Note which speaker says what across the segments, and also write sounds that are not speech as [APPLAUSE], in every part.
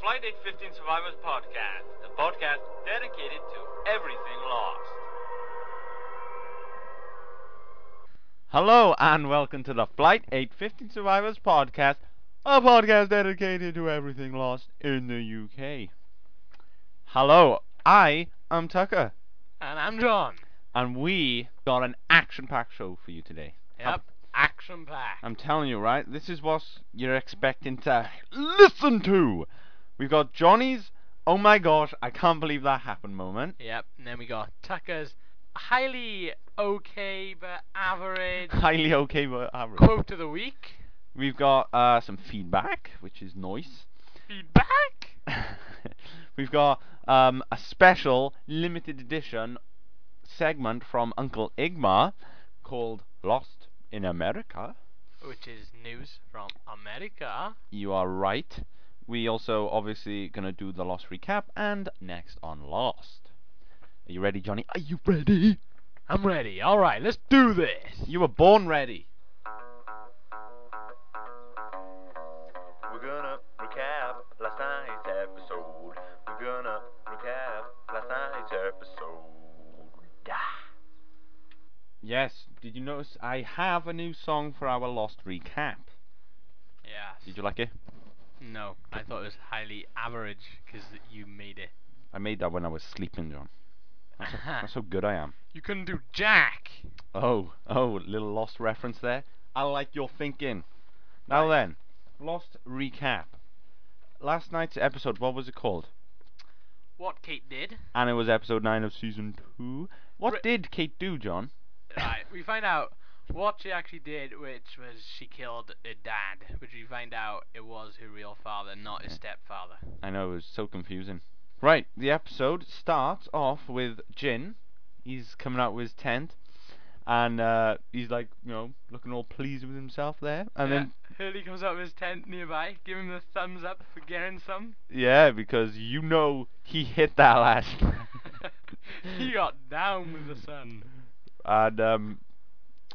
Speaker 1: Friday 15 Survivors podcast, the podcast dedicated to everything lost. Hello and welcome to the Flight 815 Survivors podcast, a podcast dedicated to everything lost in the UK. Hello, I am Tucker,
Speaker 2: And I'm John.
Speaker 1: and we got an action-packed show for you today.
Speaker 2: Yep. Action pack.
Speaker 1: I'm telling you, right? This is what you're expecting to listen to. We've got Johnny's "Oh my gosh, I can't believe that happened" moment.
Speaker 2: Yep. And then we got Tucker's highly okay but [LAUGHS] average
Speaker 1: Highly okay, but average.
Speaker 2: quote of the week.
Speaker 1: We've got uh, some feedback, which is nice.
Speaker 2: Feedback.
Speaker 1: [LAUGHS] We've got um, a special limited edition segment from Uncle Igmar called "Lost in America."
Speaker 2: Which is news from America.
Speaker 1: You are right. We also obviously gonna do the Lost recap and next on Lost. Are you ready, Johnny? Are you ready?
Speaker 2: I'm ready. All right, let's do this.
Speaker 1: You were born ready.
Speaker 3: We're gonna recap last night's episode. We're gonna recap last night's episode.
Speaker 1: Yes. Did you notice I have a new song for our Lost recap?
Speaker 2: Yes.
Speaker 1: Did you like it?
Speaker 2: No, I thought it was highly average because you made it.
Speaker 1: I made that when I was sleeping, John. That's, how-
Speaker 2: Aha.
Speaker 1: that's how good I am.
Speaker 2: You couldn't do Jack.
Speaker 1: [LAUGHS] Oh, oh, little Lost reference there. I like your thinking. Now then, Lost recap. Last night's episode, what was it called?
Speaker 2: What Kate did.
Speaker 1: And it was episode 9 of season 2. What
Speaker 2: Re-
Speaker 1: did Kate do, John?
Speaker 2: Right, we find out what she actually did, which was she killed her dad, which we find out it was her real father, not his stepfather.
Speaker 1: I know it was so confusing. Right, the episode starts off with Jin. He's coming out with his tent, and uh, he's like, you know, looking all pleased with himself there. And then,
Speaker 2: Hurley comes out of his tent nearby, give him the thumbs up for getting
Speaker 1: [LAUGHS]
Speaker 2: some.
Speaker 1: yeah, because you know he hit that last.
Speaker 2: [LAUGHS]
Speaker 1: [LAUGHS]
Speaker 2: he got down with the sun.
Speaker 1: and um,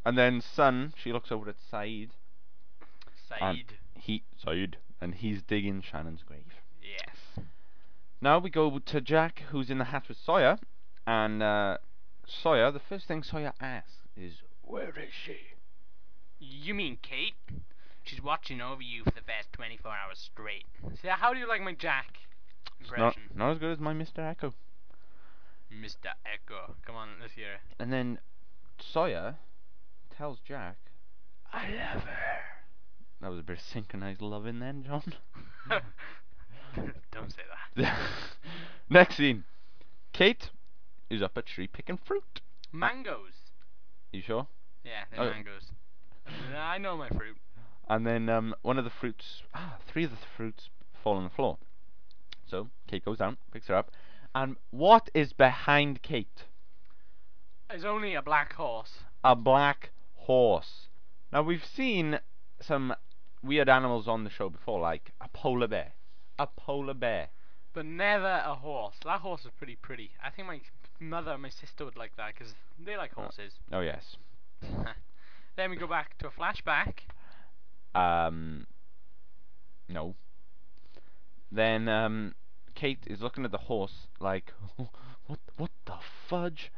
Speaker 1: and then Sun, she looks over at Saeed. And
Speaker 2: Said
Speaker 1: he Saeed, and he's digging Shannon's grave.
Speaker 2: yes.
Speaker 1: Now we go to Jack, who's in the hat with Sawyer, and uh, Sawyer. The first thing Sawyer asks is, "Where is she?"
Speaker 2: You mean Kate? She's watching over you for the past 24 hours straight. So how do you like my Jack
Speaker 1: It's not,
Speaker 2: impression?
Speaker 1: not as good as my Mr. Echo.
Speaker 2: Mr. Echo. Come on, let's hear it.
Speaker 1: And then Sawyer tells Jack,
Speaker 2: I love her.
Speaker 1: that was a bit of synchronized love in then, John.
Speaker 2: [LAUGHS]
Speaker 1: [LAUGHS]
Speaker 2: Don't say that.
Speaker 1: [LAUGHS] Next scene. Kate is up a tree picking fruit.
Speaker 2: Mangoes.
Speaker 1: You sure?
Speaker 2: Yeah, they're
Speaker 1: Oh.
Speaker 2: mangoes. Nah, I know my fruit.
Speaker 1: And then um, one of the fruits, ah, three of the fruits fall on the floor. So Kate goes down, picks her up, and what is behind Kate?
Speaker 2: It's only a black horse.
Speaker 1: a black horse. Now we've seen some weird animals on the show before, like a polar bear. A polar bear.
Speaker 2: But never a horse. That horse is pretty pretty. I think my mother and my sister would like that because they like
Speaker 1: Oh.
Speaker 2: horses. [LAUGHS]
Speaker 1: Oh yes.
Speaker 2: then we go back to a flashback.
Speaker 1: Um. No. Then um, Kate is looking at the horse like, [LAUGHS] what? What the fudge?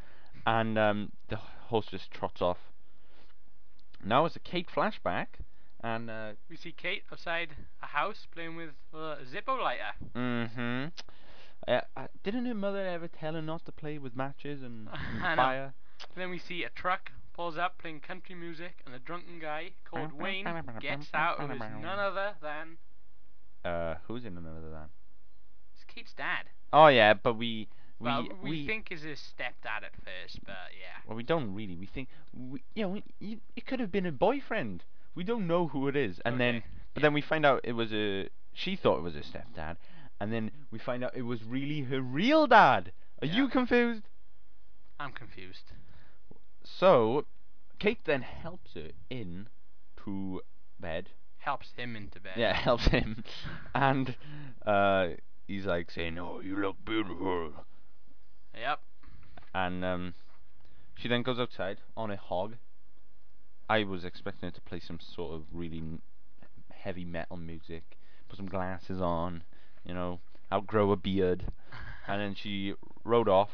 Speaker 1: And um, the horse just trots off. Now it's a Kate flashback, and uh,
Speaker 2: We see Kate outside a house playing with uh, a Zippo lighter.
Speaker 1: Mm-hmm. Uh, uh, didn't her mother ever tell her not to play with matches and, and
Speaker 2: [LAUGHS] I know.
Speaker 1: fire?
Speaker 2: Then we see a truck pulls up playing country music and a drunken guy called Wayne gets out who is none other than
Speaker 1: Uh, who's in another than?
Speaker 2: it's Kate's dad.
Speaker 1: Oh yeah, but we we
Speaker 2: Well,
Speaker 1: we,
Speaker 2: we, think is his stepdad at first, but yeah.
Speaker 1: well, we don't really. We think we, you know y it could have been a boyfriend. We don't know who it is, and then
Speaker 2: Okay,
Speaker 1: but then we find out it was a she thought it was her stepdad, and then we find out it was really her real dad. Are you
Speaker 2: Yeah.
Speaker 1: confused?
Speaker 2: I'm confused.
Speaker 1: So, Kate then helps her in to bed
Speaker 2: Helps him into bed.
Speaker 1: Yeah, [LAUGHS] it helps him. And uh, he's like saying, "Oh, you look beautiful."
Speaker 2: Yep.
Speaker 1: And um, she then goes outside on a hog. I was expecting her to play some sort of really n- heavy metal music, put some glasses on, you know, outgrow a beard. [LAUGHS] and then she rode off,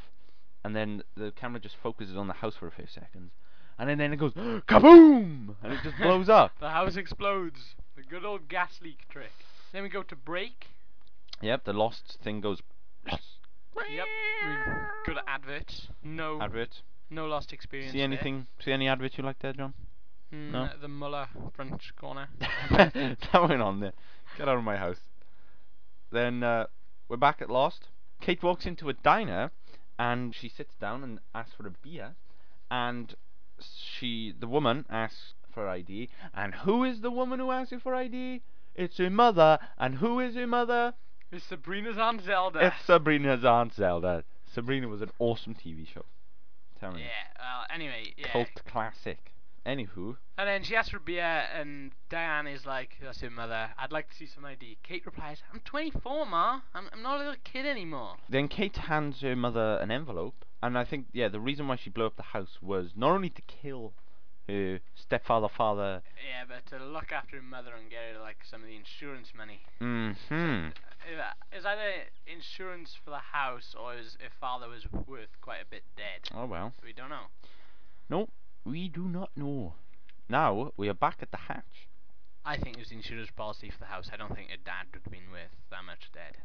Speaker 1: and then the camera just focuses on the house for a few seconds, and then, then it goes [GASPS] kaboom, and it
Speaker 2: [LAUGHS]
Speaker 1: just blows up.
Speaker 2: the house explodes. The good old gas leak trick. Then we go to break.
Speaker 1: Yep, the lost thing goes. [LAUGHS] Lost.
Speaker 2: Yep. We go to adverts. No.
Speaker 1: Advert.
Speaker 2: No lost experience.
Speaker 1: See
Speaker 2: there.
Speaker 1: anything? See any adverts you like there, John?
Speaker 2: Mm,
Speaker 1: No.
Speaker 2: uh, The Muller French corner.
Speaker 1: [LAUGHS]
Speaker 2: [LAUGHS]
Speaker 1: that went on there. Get out of my house. Then uh, we're back at Lost. Kate walks into a diner, and she sits down and asks for a beer, and she, the woman, asks for ID. And who is the woman who asks you for ID? It's her mother. And who is her mother?
Speaker 2: It's Sabrina's Aunt Zelda.
Speaker 1: It's Sabrina's aunt Zelda. Sabrina was an awesome TV show. Tell me,
Speaker 2: Yeah. Well, anyway. Yeah.
Speaker 1: cult classic. Anywho,
Speaker 2: And then she asks for beer, and Diane is like, "That's your mother. I'd like to see some ID." Kate replies, "I'm 24, ma. I'm, I'm not a little kid anymore."
Speaker 1: Then Kate hands her mother an envelope, and I think yeah, the reason why she blew up the house was not only to kill her stepfather, father.
Speaker 2: Yeah, but to look after her mother and get her like some of the insurance money.
Speaker 1: Hmm.
Speaker 2: Uh, Is either insurance for the house, or is if father was worth quite a bit dead?
Speaker 1: Oh well.
Speaker 2: We don't know.
Speaker 1: No, we do not know. Now we are back at the hatch.
Speaker 2: I think it was the insurance policy for the house. I don't think her dad would have been worth that much dead.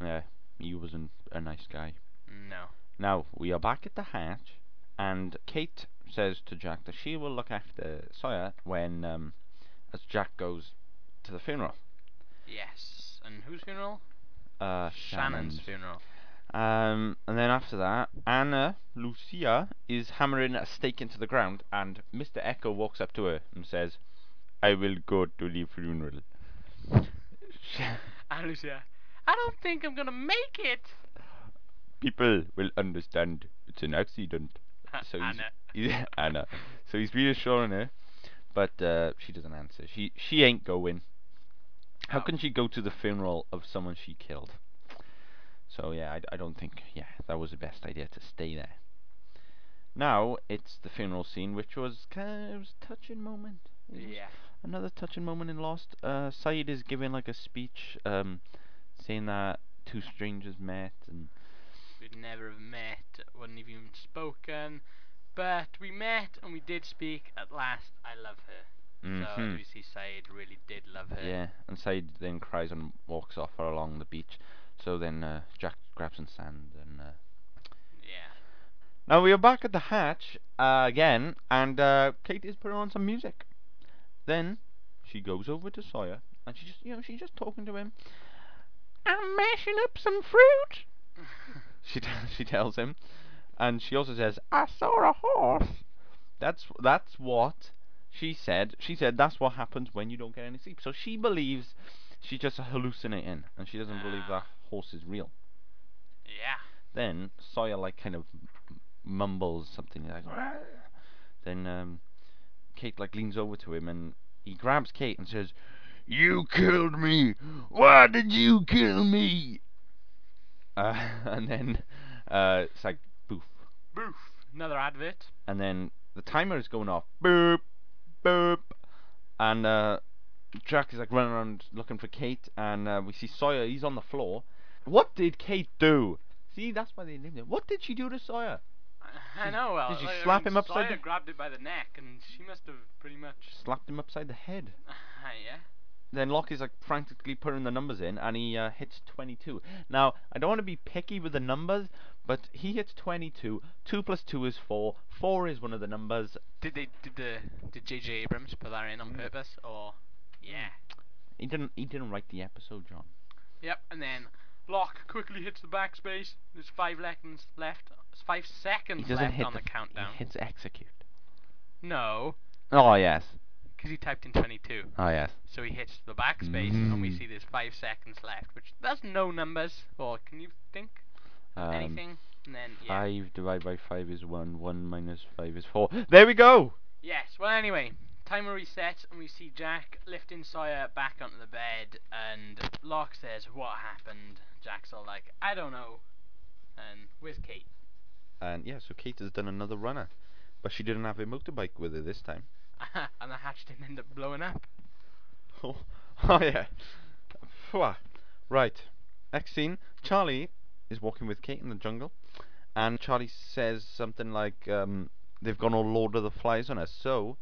Speaker 1: Yeah, he wasn't a nice guy.
Speaker 2: No.
Speaker 1: Now we are back at the hatch, and Kate says to Jack that she will look after Sawyer when, um, as Jack goes to the funeral.
Speaker 2: Yes. And whose funeral?
Speaker 1: Uh,
Speaker 2: Shannon's funeral.
Speaker 1: Um, and then after that, Anna Lucia is hammering a stake into the ground, and Mr. Echo walks up to her and says, "I will go to the funeral." [LAUGHS]
Speaker 2: [LAUGHS] And Lucia, I don't think I'm gonna make it.
Speaker 1: People will understand it's an accident.
Speaker 2: [LAUGHS]
Speaker 1: So he's- [LAUGHS]
Speaker 2: Anna.
Speaker 1: he's- Anna. So he's reassuring her, but uh, she doesn't answer. She she ain't going. How
Speaker 2: Oh.
Speaker 1: can she go to the funeral of someone she killed? So yeah, I, I don't think yeah that was the best idea to stay there. Now it's the funeral scene, which was kind of it was a touching moment. It was
Speaker 2: Yeah.
Speaker 1: Another touching moment in Lost. Uh, Saeed is giving like a speech, um, saying that two strangers met and
Speaker 2: We'd never have met, wouldn't have even spoken. But we met and we did speak at last. I love her. So
Speaker 1: Mhm.
Speaker 2: Lucy Said really did love her.
Speaker 1: Yeah, and Said then cries and walks off along the beach. So then uh, Jack grabs some sand and. Uh...
Speaker 2: Yeah.
Speaker 1: Now we are back at the hatch uh, again, and uh, Kate is putting on some music. Then she goes over to Sawyer, and she just, you know, she's just talking to him. I'm mashing up some fruit. [LAUGHS] She [LAUGHS] t- she tells him, and she also says, "I saw a horse." That's that's what she said. She said that's what happens when you don't get any sleep. So she believes she's just hallucinating, and she doesn't believe that horse is real.
Speaker 2: yeah.
Speaker 1: Then Sawyer like kind of mumbles something like. "Ah." Then um, Kate like leans over to him and he grabs Kate and says, "You killed me. Why did you kill me?" Uh, [LAUGHS] and then uh, it's like boof,
Speaker 2: Boof. Another advert.
Speaker 1: and then the timer is going off. Boop, boop, and uh, Jack is like running around looking for Kate, and uh, we see Sawyer. He's on the floor. What did Kate do? See, that's why they named it. What did she do to Sawyer?
Speaker 2: I know. Well,
Speaker 1: did she
Speaker 2: I
Speaker 1: slap
Speaker 2: mean,
Speaker 1: him upside
Speaker 2: Sawyer
Speaker 1: the-
Speaker 2: grabbed it by the neck, and she must have pretty much. [LAUGHS]
Speaker 1: Slapped him upside the head.
Speaker 2: yeah.
Speaker 1: then Locke is like frantically putting the numbers in, and he uh, hits 22. Now, I don't want to be picky with the numbers, but he hits 22. 2 plus 2 is 4. 4 is one of the numbers.
Speaker 2: Did they? Did the? Did J.J. Abrams put that in on purpose, or? Mm. Yeah.
Speaker 1: He didn't. He didn't write the episode, John.
Speaker 2: Yep, and then Locke quickly hits the backspace. There's five seconds left. It's five
Speaker 1: He
Speaker 2: seconds
Speaker 1: doesn't
Speaker 2: left
Speaker 1: hit
Speaker 2: on the,
Speaker 1: f-
Speaker 2: countdown.
Speaker 1: He hits execute.
Speaker 2: No,
Speaker 1: Oh yes.
Speaker 2: because he typed in 22.
Speaker 1: Oh yes.
Speaker 2: So he hits the backspace, and
Speaker 1: Mm-hmm.
Speaker 2: we see there's five seconds left, which that's no numbers. Or can you think of
Speaker 1: Um,
Speaker 2: anything? And then yeah.
Speaker 1: Five divided by five is one. One minus five is four. There we go.
Speaker 2: Yes. Well, anyway, timer resets, and we see Jack lifting Sawyer back onto the bed, and Locke says, "What happened?" Jack's all like, "I don't know," and with Kate. [LAUGHS]
Speaker 1: And yeah, so Kate has done another runner, but she didn't have a motorbike with her this time. [LAUGHS]
Speaker 2: and the hatch didn't end [LAUGHS] up blowing up.
Speaker 1: Oh, oh yeah. Phew. Right. next scene, Charlie is walking with Kate in the jungle, and Charlie says something like, um, "They've gone all Lord of the Flies on us." So,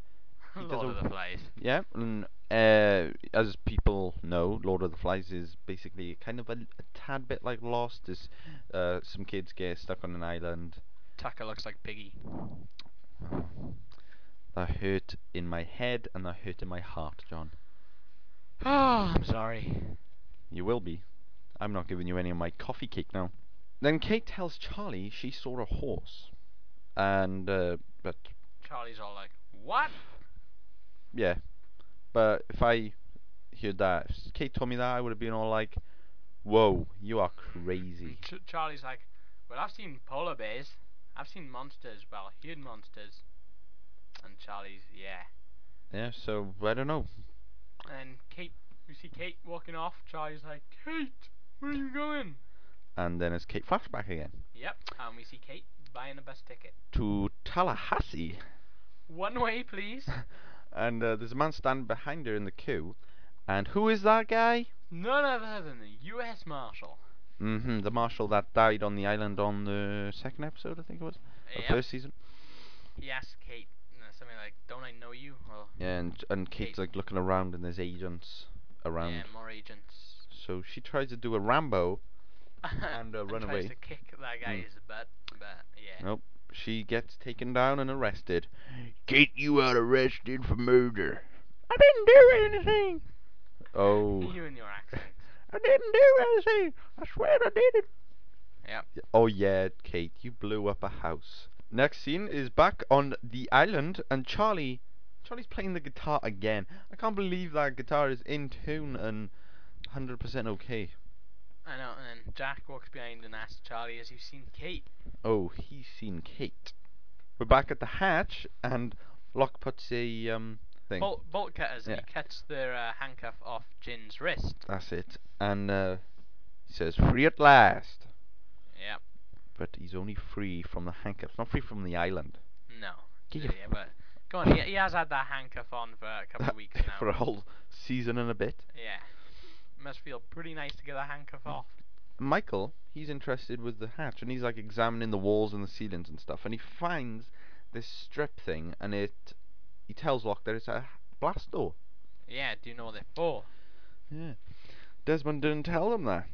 Speaker 1: He does
Speaker 2: Lord
Speaker 1: a-
Speaker 2: of the Flies.
Speaker 1: yeah, and, uh, as people know, Lord of the Flies is basically kind of a, a tad bit like Lost. Is uh, some kids get stuck on an island.
Speaker 2: Tucker looks like Piggy.
Speaker 1: That hurt in my head and that hurt in my heart, John.
Speaker 2: Oh, [SIGHS] I'm sorry.
Speaker 1: You will be. I'm not giving you any of my coffee cake now. Then Kate tells Charlie she saw a horse, and uh, but
Speaker 2: Charlie's all like, what?
Speaker 1: yeah, but if I heard that, if Kate told me that, I would have been all like, "Whoa, you are crazy."
Speaker 2: And Ch- Charlie's like, well, I've seen polar bears. I've seen monsters. Well, huge monsters. And Charlie's, yeah.
Speaker 1: Yeah, so I don't know.
Speaker 2: And then Kate, you see Kate walking off. Charlie's like, Kate, where are you going?
Speaker 1: And then it's Kate flashback again
Speaker 2: Yep. And we see Kate buying a bus ticket.
Speaker 1: to Tallahassee.
Speaker 2: One way, please.
Speaker 1: [LAUGHS] and uh, there's a man standing behind her in the queue. And who is that guy?
Speaker 2: None other than the U.S. Marshal.
Speaker 1: hmm the marshal that died on the island on the second episode, I think it was, of
Speaker 2: Yep.
Speaker 1: first season.
Speaker 2: He asks Kate uh, something like, "Don't I know you?" Well,
Speaker 1: And and Kate's
Speaker 2: Kate.
Speaker 1: like looking around, and there's agents around.
Speaker 2: yeah, more agents.
Speaker 1: So she tries to do a Rambo. And, uh,
Speaker 2: [LAUGHS]
Speaker 1: run
Speaker 2: tries
Speaker 1: away.
Speaker 2: to kick that guy's butt, but yeah.
Speaker 1: Hmm. Nope. She gets taken down and arrested. Kate, you are arrested for murder. I didn't do anything. Oh,
Speaker 2: You and your accent.
Speaker 1: I didn't do anything. I swear I did it.
Speaker 2: Yep.
Speaker 1: Y- Oh yeah, Kate, you blew up a house. Next scene is back on the island and Charlie Charlie's playing the guitar again. I can't believe that guitar is in tune and 100% okay.
Speaker 2: I know. And then Jack walks behind and asks Charlie, "Has you seen Kate?"
Speaker 1: Oh, he's seen Kate. We're back at the hatch and Locke puts a um thing.
Speaker 2: Bolt, bolt cutters.
Speaker 1: Yeah. Ah.
Speaker 2: He cuts their uh, handcuff off Jin's wrist.
Speaker 1: That's it. And uh, he says free at last.
Speaker 2: Yep.
Speaker 1: But he's only free from the handcuffs, not free from the island.
Speaker 2: No.
Speaker 1: Get
Speaker 2: Yeah,
Speaker 1: your
Speaker 2: but go on. He, he has had that handcuff on for a
Speaker 1: [LAUGHS]
Speaker 2: couple of weeks now.
Speaker 1: For a whole season and a bit.
Speaker 2: yeah. Must feel pretty nice to get that handcuff off.
Speaker 1: Michael, he's interested with the hatch, and he's like examining the walls and the ceilings and stuff, and he finds this strip thing, and it, he tells Locke that it's a blast door.
Speaker 2: Yeah. Do you know what they're for?
Speaker 1: Yeah. Desmond didn't tell him that.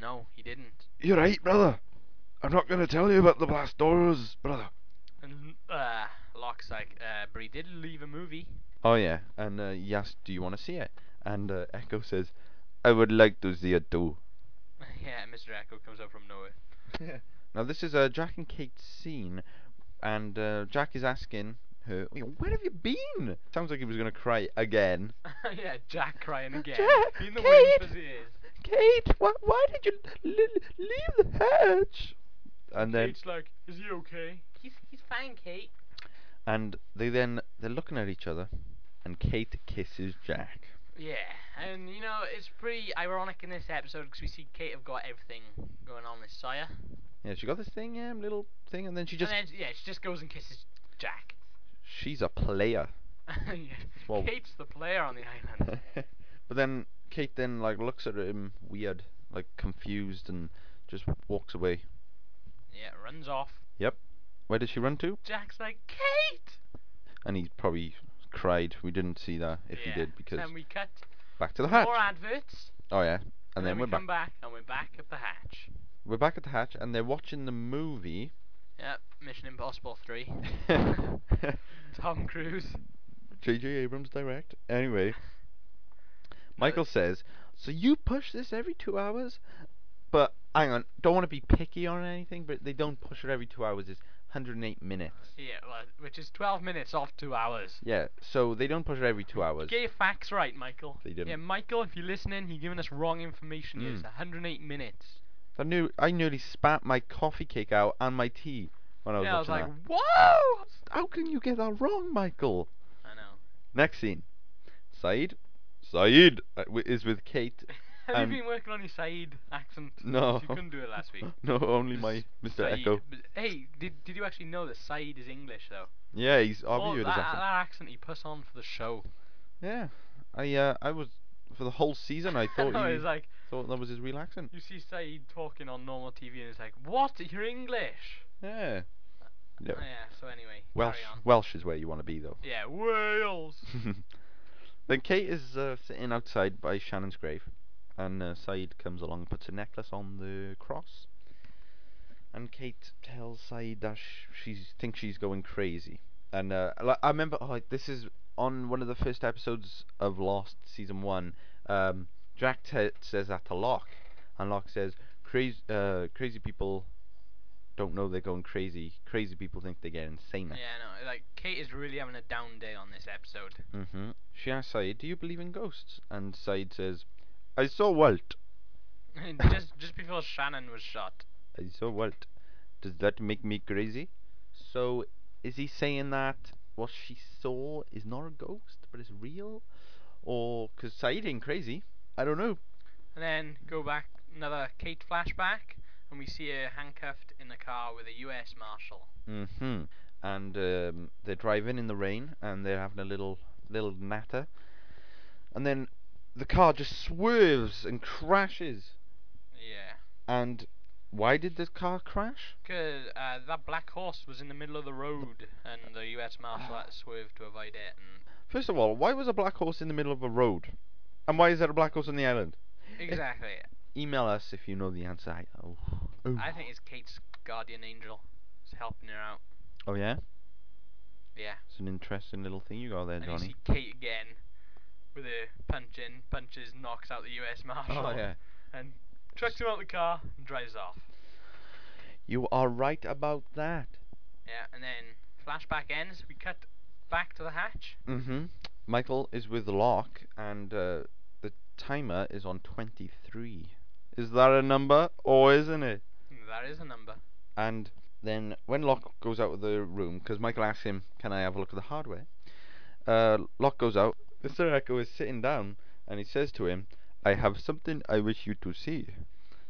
Speaker 2: No, he didn't.
Speaker 1: You're right, brother. I'm not going to tell you about the blast doors, brother.
Speaker 2: And uh, Locke's like, uh, but he did leave a movie. [LAUGHS]
Speaker 1: Oh yeah, and uh, he asks, "Do you want to see it?" And uh, Echo says, "I would like to see it too."
Speaker 2: yeah, Mr. Echo comes up from nowhere.
Speaker 1: [LAUGHS] Now this is uh, Jack and Kate's scene, and uh, Jack is asking her, "You know, "Where have you been?" Sounds like he was gonna cry again.
Speaker 2: [LAUGHS] yeah, Jack crying again.
Speaker 1: Jack,
Speaker 2: Been the wind
Speaker 1: Kate.
Speaker 2: for years.
Speaker 1: Kate, why, why did you l- l- leave the hatch? And then,
Speaker 2: Kate's like, is he okay? He's he's fine, Kate.
Speaker 1: and they then they're looking at each other, and Kate kisses Jack.
Speaker 2: Yeah, and you know it's pretty ironic in this episode because we see Kate have got everything going on with Sawyer,
Speaker 1: Yeah, she got this thing, yeah, little thing, and then she just
Speaker 2: and then yeah, she just goes and kisses Jack. [LAUGHS]
Speaker 1: she's a player.
Speaker 2: yeah.
Speaker 1: Well-
Speaker 2: Kate's the player on the
Speaker 1: [LAUGHS]
Speaker 2: [LAUGHS] island.
Speaker 1: but then Kate then like looks at him weird, like confused, and just walks away.
Speaker 2: yeah, runs off.
Speaker 1: Where did she run to?
Speaker 2: Jack's like, Kate.
Speaker 1: And he probably cried. We didn't see that if
Speaker 2: yeah.
Speaker 1: he did because
Speaker 2: then we cut
Speaker 1: back to the hatch.
Speaker 2: more adverts.
Speaker 1: Oh yeah, and then
Speaker 2: we
Speaker 1: we're back.
Speaker 2: come back and we're back at the hatch.
Speaker 1: We're back at the hatch, and they're watching the movie.
Speaker 2: Yep, Mission Impossible
Speaker 1: [LAUGHS]
Speaker 2: 3. [LAUGHS] Tom Cruise.
Speaker 1: J.J. Abrams direct.
Speaker 2: [LAUGHS]
Speaker 1: Anyway, Michael says, "So you push this every two hours?" But hang on, don't want to be picky on anything, but they don't push it every two hours. It's 108 minutes.
Speaker 2: Yeah, well, which is 12 minutes off two hours.
Speaker 1: Yeah, so they don't push it every two hours.
Speaker 2: Get your facts right, Michael.
Speaker 1: They didn't.
Speaker 2: Yeah, Michael, if you're listening, you're giving us wrong information. here. It's
Speaker 1: Mm.
Speaker 2: 108 minutes.
Speaker 1: I knew I nearly spat my coffee cake out and my tea when I was
Speaker 2: yeah, I was
Speaker 1: watching
Speaker 2: like,
Speaker 1: that.
Speaker 2: whoa!
Speaker 1: How can you get that wrong, Michael?
Speaker 2: I know.
Speaker 1: Next scene, Saeed. Saeed uh, wi- is with Kate.
Speaker 2: [LAUGHS] Have
Speaker 1: Um,
Speaker 2: you been working on your Said accent?
Speaker 1: [LAUGHS] No.
Speaker 2: You couldn't do it last week.
Speaker 1: [LAUGHS] No, only my Mr.
Speaker 2: Said.
Speaker 1: Echo.
Speaker 2: But, Hey, did, did you actually know that Said is English, though?
Speaker 1: Yeah, he's
Speaker 2: oh,
Speaker 1: obviously
Speaker 2: that, that accent he puts on for the show. [LAUGHS]
Speaker 1: Yeah, I uh, I was for the whole season I thought
Speaker 2: I
Speaker 1: he
Speaker 2: was like,
Speaker 1: Thought that was his relaxing.
Speaker 2: You see Saeed talking on normal TV and it's like, what? You're English?
Speaker 1: Yeah. Yeah.
Speaker 2: Oh, yeah, so anyway.
Speaker 1: Welsh.
Speaker 2: Carry on.
Speaker 1: Welsh is where you want to be, though.
Speaker 2: Yeah, Wales.
Speaker 1: [LAUGHS] then Kate is uh, sitting outside by Shannon's grave, and uh, Said comes along, puts a necklace on the cross, and Kate tells Said that sh- she thinks she's going crazy. And uh, like, I remember, oh, like, this is on one of the first episodes of Lost season one. Um, Jack t- says that to Locke, and Locke says, "Crazy, uh, crazy people." Don't know they're going crazy. Crazy people think they get insane.
Speaker 2: yeah, no, like, Kate is really having a down day on this episode.
Speaker 1: [LAUGHS] Mm-hmm. She asks Said, "Do you believe in ghosts?" And Said says, "I saw Walt.
Speaker 2: just just before Shannon was shot.
Speaker 1: I saw Walt. Does that make me crazy?" So, is he saying that what she saw is not a ghost, but it's real, or because Said ain't crazy? I don't know.
Speaker 2: And then go back, another Kate flashback, and we see her handcuffed in a car with a US Marshal.
Speaker 1: Mm-hmm. And um, they're driving in the rain, and they're having a little little natter, and then the car just swerves and crashes.
Speaker 2: Yeah.
Speaker 1: And why did the car crash?
Speaker 2: Cause uh, that black horse was in the middle of the road, and the U.S. Marshal had to swerve to avoid it.
Speaker 1: [LAUGHS]
Speaker 2: And
Speaker 1: First of all, why was a black horse in the middle of a road? And why is there a black horse on the island?
Speaker 2: exactly,
Speaker 1: Email us if you know the answer. I, oh. Oh.
Speaker 2: I think it's Kate's guardian angel, is helping her out.
Speaker 1: oh, yeah?
Speaker 2: Yeah.
Speaker 1: It's an interesting little thing you got there,
Speaker 2: And you
Speaker 1: Johnny.
Speaker 2: see Kate again, with her punch in, punches, knocks out the U.S. Marshal.
Speaker 1: Oh, yeah.
Speaker 2: And chucks him out the car and drives off.
Speaker 1: You are right about that.
Speaker 2: Yeah. And then flashback ends. We cut back to the hatch.
Speaker 1: Mm hmm. Michael is with Locke, and uh, the timer is on 23. Is that a number, or isn't it?
Speaker 2: That is a number.
Speaker 1: And then when Locke goes out of the room, because Michael asks him, "Can I have a look at the hardware?" Uh, Locke goes out. Mr. Echo is sitting down, and he says to him, "I have something I wish you to see."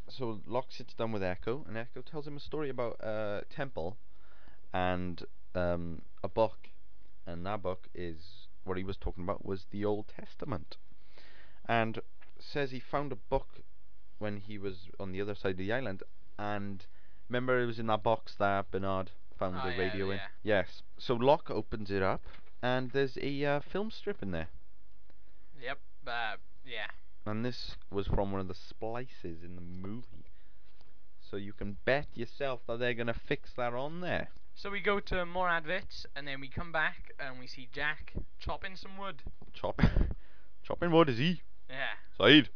Speaker 1: So Locke sits down with Echo, and Echo tells him a story about a temple and um, a book, and that book is what he was talking about was the Old Testament, and says he found a book when he was on the other side of the island, and Remember, it was in that box that Bernard found
Speaker 2: Oh,
Speaker 1: the
Speaker 2: yeah,
Speaker 1: radio in.
Speaker 2: yeah.
Speaker 1: Yes. So Locke opens it up, and there's a uh, film strip in there.
Speaker 2: Yep. Uh, yeah.
Speaker 1: And this was from one of the splices in the movie. So you can bet yourself that they're gonna fix that on there.
Speaker 2: So we go to more adverts, and then we come back and we see Jack chopping some wood.
Speaker 1: Chop,
Speaker 2: [LAUGHS]
Speaker 1: chopping wood is he?
Speaker 2: Yeah.
Speaker 1: Said.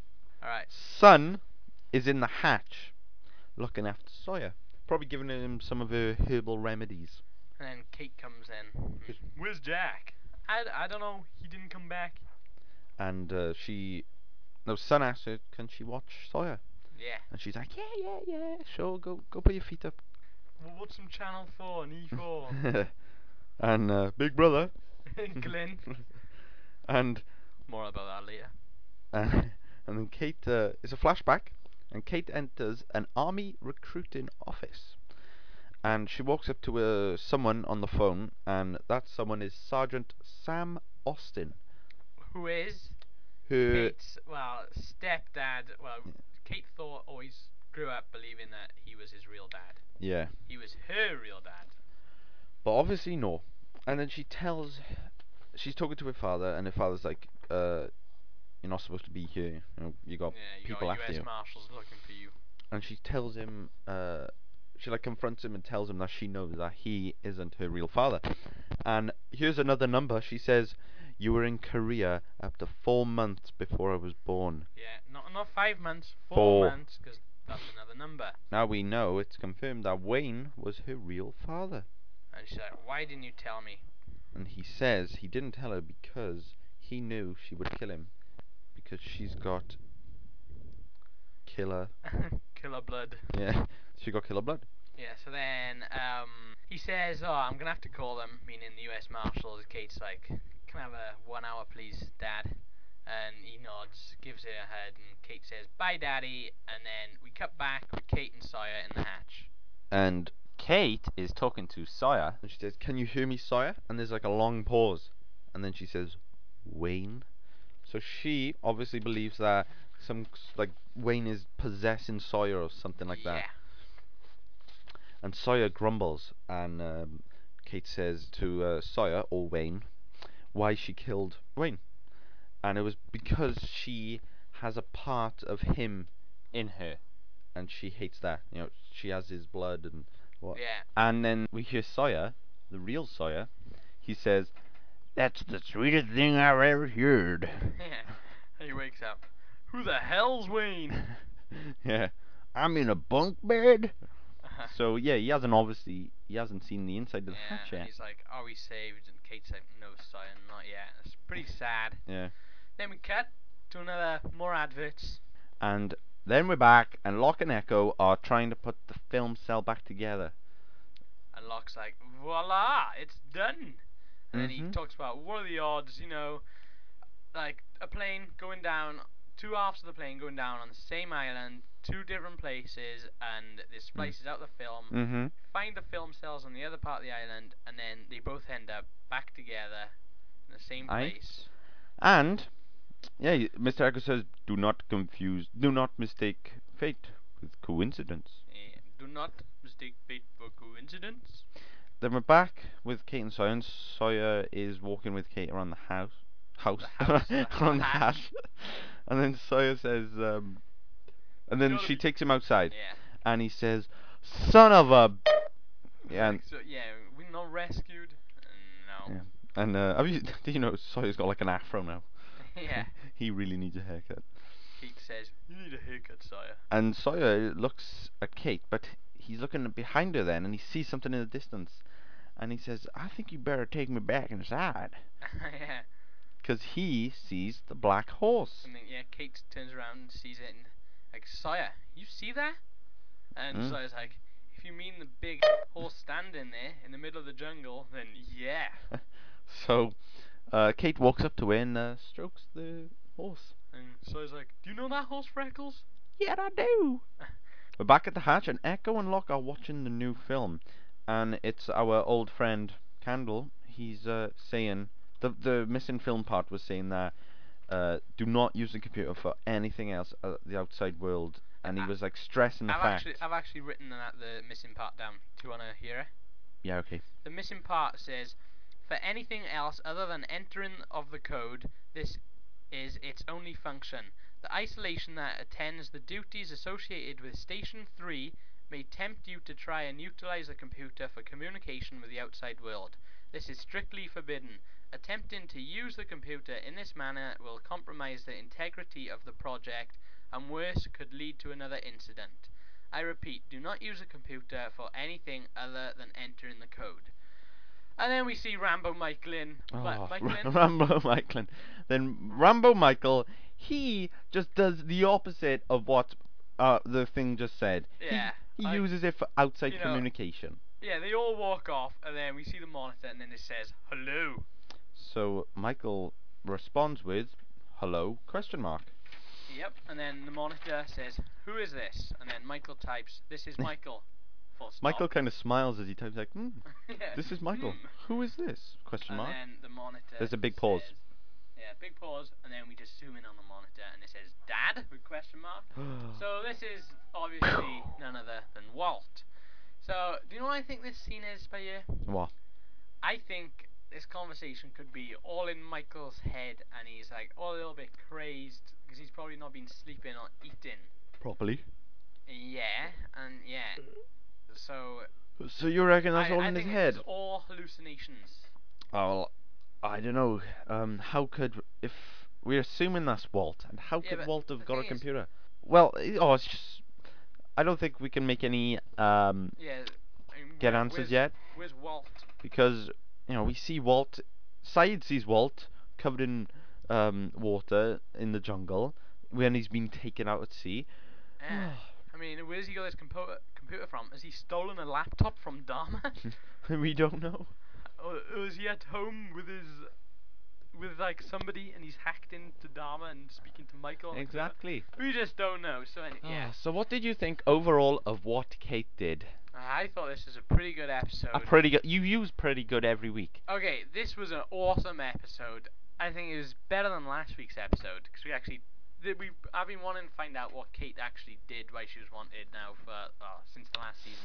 Speaker 2: All right.
Speaker 1: Son is in the hatch, looking after Sawyer. Probably giving him some of her herbal remedies.
Speaker 2: And then Kate comes in. Where's Jack? I, d- I don't know. He didn't come back.
Speaker 1: And uh, she, no, son asks her, can she watch Sawyer?
Speaker 2: Yeah.
Speaker 1: And she's like, yeah, yeah, yeah, sure, go, go put your feet up.
Speaker 2: Well, what's some Channel 4 and E E4?
Speaker 1: [LAUGHS] and uh, Big Brother.
Speaker 2: [LAUGHS] and Glenn.
Speaker 1: [LAUGHS] and
Speaker 2: More about that later.
Speaker 1: uh, and [LAUGHS] then Kate uh, is a flashback, and Kate enters an army recruiting office, and she walks up to uh, someone on the phone, and that someone is Sergeant Sam Austin,
Speaker 2: Who is
Speaker 1: who
Speaker 2: Kate's, well, stepdad. Well, Kate thought always grew up believing that he was his real dad.
Speaker 1: yeah,
Speaker 2: He was her real dad.
Speaker 1: But obviously no. And then she tells, she's talking to her father, and her father's like, uh, "You're not supposed to be here. You, know, you got
Speaker 2: yeah, you
Speaker 1: people
Speaker 2: got
Speaker 1: after
Speaker 2: US
Speaker 1: you."
Speaker 2: Marshals looking for you.
Speaker 1: And she tells him, uh, she like confronts him and tells him that she knows that he isn't her real father. And here's another number. She says, "You were in Korea up to four months before I was born.
Speaker 2: Yeah, not not five months, four,
Speaker 1: Four.
Speaker 2: months, 'cause that's another number.
Speaker 1: Now we know it's confirmed that Wayne was her real father."
Speaker 2: And she's like, why didn't you tell me? [LAUGHS]
Speaker 1: And he says he didn't tell her because he knew she would kill him. Because she's got killer. [LAUGHS]
Speaker 2: Killer blood.
Speaker 1: Yeah, she got killer blood.
Speaker 2: Yeah, so then um, he says, oh, I'm going to have to call them, meaning the US Marshals. Kate's like, can I have a one hour, please, Dad? And he nods, gives her a head, and Kate says, bye, Daddy. And then we cut back with Kate and Sawyer in the hatch.
Speaker 1: And,
Speaker 4: Kate is talking to Sawyer.
Speaker 1: and she says, Can you hear me, Sawyer? And there's like a long pause. And then she says, Wayne? So she obviously believes that
Speaker 5: some s- like Wayne is possessing Sawyer or something like that. And Sawyer grumbles, and um, Kate says to uh, Sawyer or Wayne, why she killed Wayne, and it was because she has a part of him,
Speaker 1: in her.
Speaker 5: and she hates that. You know, she has his blood and
Speaker 2: Yeah.
Speaker 5: what.
Speaker 2: Yeah. [LAUGHS]
Speaker 1: And then we hear Sawyer, the real Sawyer, he says, That's the sweetest thing I've ever heard. [LAUGHS]
Speaker 2: and he wakes up. [LAUGHS] Who the hell's Wayne?
Speaker 1: yeah. I'm in a bunk bed. So yeah, he hasn't obviously he hasn't seen the inside of the
Speaker 2: yeah,
Speaker 1: hatch
Speaker 2: and
Speaker 1: yet.
Speaker 2: he's like, "Are we saved?" And Kate's like, "No, Sire, not yet." It's
Speaker 1: [LAUGHS]
Speaker 2: pretty sad.
Speaker 1: Yeah.
Speaker 2: Then we cut to another more adverts.
Speaker 1: And then we're back and Locke and Echo are trying to put the film cell back together.
Speaker 2: And Locke's like, voila, it's done. And then he
Speaker 1: Mhm.
Speaker 2: talks about what are the odds, you know, like a plane going down, two halves of the plane going down on the same island, two different places, and this
Speaker 1: Mm.
Speaker 2: splices out the film,
Speaker 1: Mm-hmm.
Speaker 2: find the film cells on the other part of the island, and then they both end up back together in the same
Speaker 1: Aye.
Speaker 2: place.
Speaker 1: And yeah, y- Mr. Echo says, Do not confuse do not mistake fate with coincidence.
Speaker 2: Eh, do not mistake fate for coincidence.
Speaker 1: Then we're back with Kate and Sawyer. And Sawyer is walking with Kate around the house. House.
Speaker 2: house, the
Speaker 1: [LAUGHS] around the
Speaker 2: hatch.
Speaker 1: house. And then Sawyer says, um, and then
Speaker 2: Gotta
Speaker 1: she
Speaker 2: be-
Speaker 1: takes him outside.
Speaker 2: Yeah.
Speaker 1: And he says, Son of a. b-" Yeah. And,
Speaker 2: So yeah, we're not rescued. Uh, No.
Speaker 1: and uh, have you, [LAUGHS] do you know Sawyer's got like an afro now?
Speaker 2: [LAUGHS] yeah.
Speaker 1: [LAUGHS] he really needs a haircut.
Speaker 2: Pete says, [LAUGHS] "You need a haircut, sire." [LAUGHS]
Speaker 1: And Sawyer looks at Kate, but he's looking behind her then and he sees something in the distance. And he says, I think you better take me back inside.
Speaker 2: yeah.
Speaker 1: Because he sees the black horse.
Speaker 2: And then yeah, Kate turns around and sees it and like, Sire, you see that? And
Speaker 1: Mm.
Speaker 2: Sire's like, if you mean the big horse standing there in the middle of the jungle, then yeah.
Speaker 1: [LAUGHS] So, uh, Kate walks up to her and uh, strokes the horse.
Speaker 2: And Sire's like, Do you know that horse freckles?
Speaker 1: Yeah, I do. We're back at the hatch, and Echo and Locke are watching the new film, and it's our old friend Candle. He's uh, saying the the missing film part was saying that uh, do not use the computer for anything else uh, the outside world, and he
Speaker 2: I-
Speaker 1: was like stressing the
Speaker 2: I've
Speaker 1: fact.
Speaker 2: actually I've actually written that the missing part down. Do you wanna hear it?
Speaker 1: yeah, okay.
Speaker 2: The missing part says, for anything else other than entering of the code, this is its only function. The isolation that attends the duties associated with Station 3 may tempt you to try and utilize the computer for communication with the outside world. This is strictly forbidden. Attempting to use the computer in this manner will compromise the integrity of the project and worse could lead to another incident. I repeat, do not use a computer for anything other than entering the code. And then we see Rambo Michaelin. Ma-
Speaker 1: Oh, [LAUGHS]
Speaker 2: Michaelin?
Speaker 1: Rambo Michaelin. Then Rambo Michael, he just does the opposite of what uh, the thing just said. He-
Speaker 2: Yeah,
Speaker 1: He,
Speaker 2: I-
Speaker 1: uses it for outside
Speaker 2: you know-
Speaker 1: communication.
Speaker 2: Yeah, they all walk off, and then we see the monitor, and then it says hello.
Speaker 1: So Michael responds with, "Hello?" question mark.
Speaker 2: Yep. And then the monitor says, "Who is this?" And then Michael types, "This is Michael." Full stop.
Speaker 1: Michael kind of smiles as he types like, hmm,
Speaker 2: [LAUGHS] Yeah,
Speaker 1: "This is Michael.
Speaker 2: hmm.
Speaker 1: Who is this?" question
Speaker 2: And
Speaker 1: mark.
Speaker 2: then the monitor.
Speaker 1: There's a big pause.
Speaker 2: says- yeah, big pause, and then we just zoom in on the monitor, and it says "Dad?" with question
Speaker 1: [SIGHS]
Speaker 2: mark.
Speaker 1: [GASPS]
Speaker 2: so this is obviously none other than Walt. So do you know what I think this scene is by you?
Speaker 1: What?
Speaker 2: I think this conversation could be all in Michael's head, and he's like all a little bit crazed because he's probably not been sleeping or eating.
Speaker 1: Properly.
Speaker 2: Yeah, and yeah. So
Speaker 1: So you reckon that's
Speaker 2: I,
Speaker 1: all
Speaker 2: I
Speaker 1: in his
Speaker 2: think
Speaker 1: head?
Speaker 2: It's all hallucinations.
Speaker 1: Oh, well, I don't know. Um, how could if we're assuming that's Walt, and how
Speaker 2: Yeah,
Speaker 1: could
Speaker 2: but
Speaker 1: Walt have
Speaker 2: the
Speaker 1: got a
Speaker 2: thing is-
Speaker 1: computer? Well, i- oh, it's just I don't think we can make any um
Speaker 2: Yeah. I mean,
Speaker 1: get
Speaker 2: where-
Speaker 1: answers
Speaker 2: where's-
Speaker 1: yet
Speaker 2: Where's Walt?
Speaker 1: because you know we see Walt. Saeed sees Walt covered in um water in the jungle when he's been taken out at sea. [SIGHS]
Speaker 2: Yeah. I mean, where's he got his computer computer from? Has he stolen a laptop from
Speaker 1: [LAUGHS]
Speaker 2: Dharma?
Speaker 1: we don't know.
Speaker 2: or, or is he at home with his with like somebody and he's hacked into Dharma and speaking to Michael? on the computer? We just don't know. So any- yeah,
Speaker 1: Ah, so what did you think overall of what Kate did?
Speaker 2: I thought this was a pretty good episode.
Speaker 1: A pretty good. You use pretty good every week.
Speaker 2: Okay, this was an awesome episode. I think it was better than last week's episode because we actually th- we I've been wanting to find out what Kate actually did, why she was wanted now for oh, since the last season.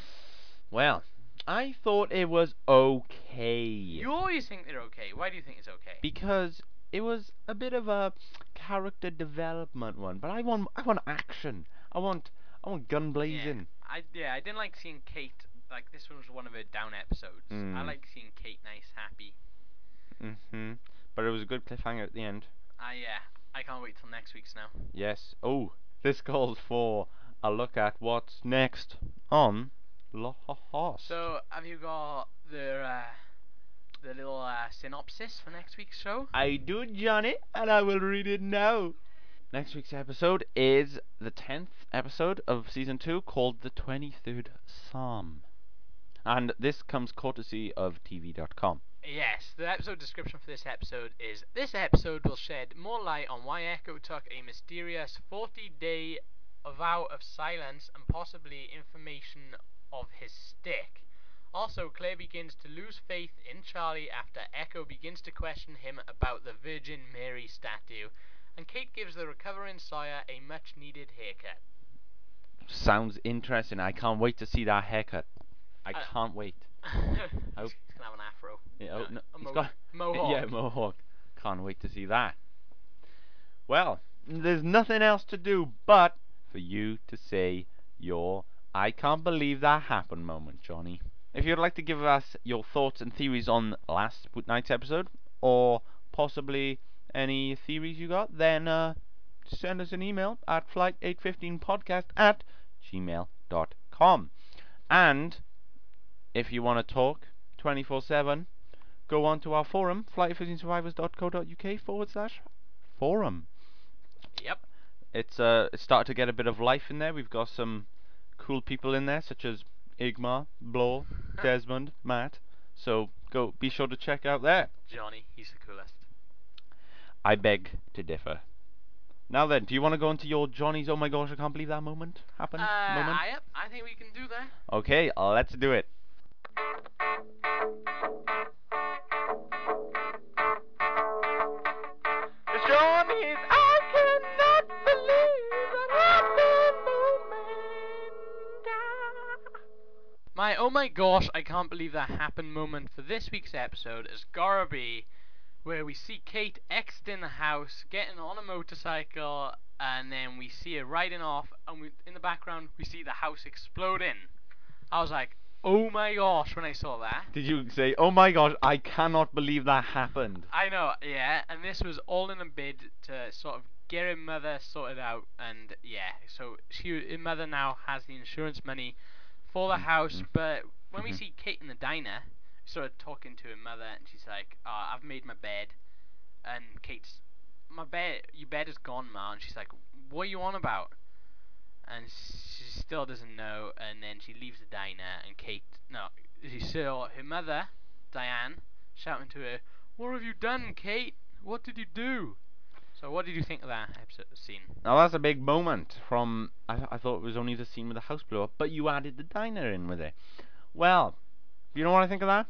Speaker 1: Well, I thought it was okay.
Speaker 2: You always think they're okay. Why do you think it's okay?
Speaker 1: because it was a bit of a character development one. But I want I want action. I want I want gun
Speaker 2: yeah,
Speaker 1: blazing.
Speaker 2: I yeah, I didn't like seeing Kate. Like this one was one of her down episodes. I
Speaker 1: Mm.
Speaker 2: like seeing Kate nice, happy.
Speaker 1: Mhm. But it was a good cliffhanger at the end.
Speaker 2: I yeah, I can't wait till next week's now.
Speaker 1: Yes. Oh, this calls for a look at what's next on Lost.
Speaker 2: So have you got the uh, the little uh, synopsis for next week's show?
Speaker 1: I do, Johnny, and I will read it now. Next week's episode is the 10th episode of season 2 called The 23rd Psalm. And this comes courtesy of TV.com.
Speaker 2: Yes, the episode description for this episode is This episode will shed more light on why Echo took a mysterious 40 day vow of silence and possibly information of his stick. Also, Claire begins to lose faith in Charlie after Echo begins to question him about the Virgin Mary statue, and Kate gives the recovering Sawyer a much needed haircut.
Speaker 1: Sounds interesting. I can't wait to see that haircut. I
Speaker 2: Uh,
Speaker 1: can't wait. Oh.
Speaker 2: [LAUGHS] He's gonna have an afro.
Speaker 1: Yeah, oh,
Speaker 2: Uh,
Speaker 1: no,
Speaker 2: a
Speaker 1: he's
Speaker 2: mo-
Speaker 1: got- [LAUGHS]
Speaker 2: mohawk.
Speaker 1: Yeah, mohawk. Can't wait to see that. Well, there's nothing else to do but for you to say your I can't believe that happened moment, Johnny. If you'd like to give us your thoughts and theories on last w- night's episode, or possibly any theories you got, then uh, send us an email at flight815podcast at gmail.com. And if you want to talk 24 7, go on to our forum, flight15survivors.co.uk forward slash forum.
Speaker 2: Yep.
Speaker 1: It's uh, it's started to get a bit of life in there. We've got some cool people in there, such as Igmar, [LAUGHS] Blor, Desmond, Matt. So go, be sure to check out there.
Speaker 2: Johnny, he's the coolest.
Speaker 1: I beg to differ. Now then, do you want to go into your Johnny's? Oh my gosh, I can't believe that moment happened.
Speaker 2: Uh,
Speaker 1: moment.
Speaker 2: I, I think we can do that.
Speaker 1: Okay, let's do it.
Speaker 3: It's Johnny's. I cannot believe that happened moment.
Speaker 2: My oh my gosh, I can't believe that happened moment for this week's episode is Garby, where we see Kate exiting the house, getting on a motorcycle, and then we see her riding off, and we, in the background we see the house exploding. I was like, oh my gosh, when I saw that.
Speaker 1: Did you say, oh my gosh, I cannot believe that happened?
Speaker 2: I know, yeah, and this was all in a bid to sort of get her mother sorted out, and yeah, so she, her mother now has the insurance money for the house, but when we
Speaker 1: Mhm.
Speaker 2: see Kate in the diner, sort of talking to her mother, and she's like, oh, I've made my bed, and Kate's, my bed, your bed is gone, ma, and she's like, what are you on about? And she still doesn't know, and then she leaves the diner, and Kate, no, she saw her mother, Diane, shouting to her, what have you done, Kate? What did you do? So, what did you think of that episode scene?
Speaker 1: Now that's a big moment. From I, th- I thought it was only the scene with the house blew up, but you added the diner in with it. Well, you know what I think of that?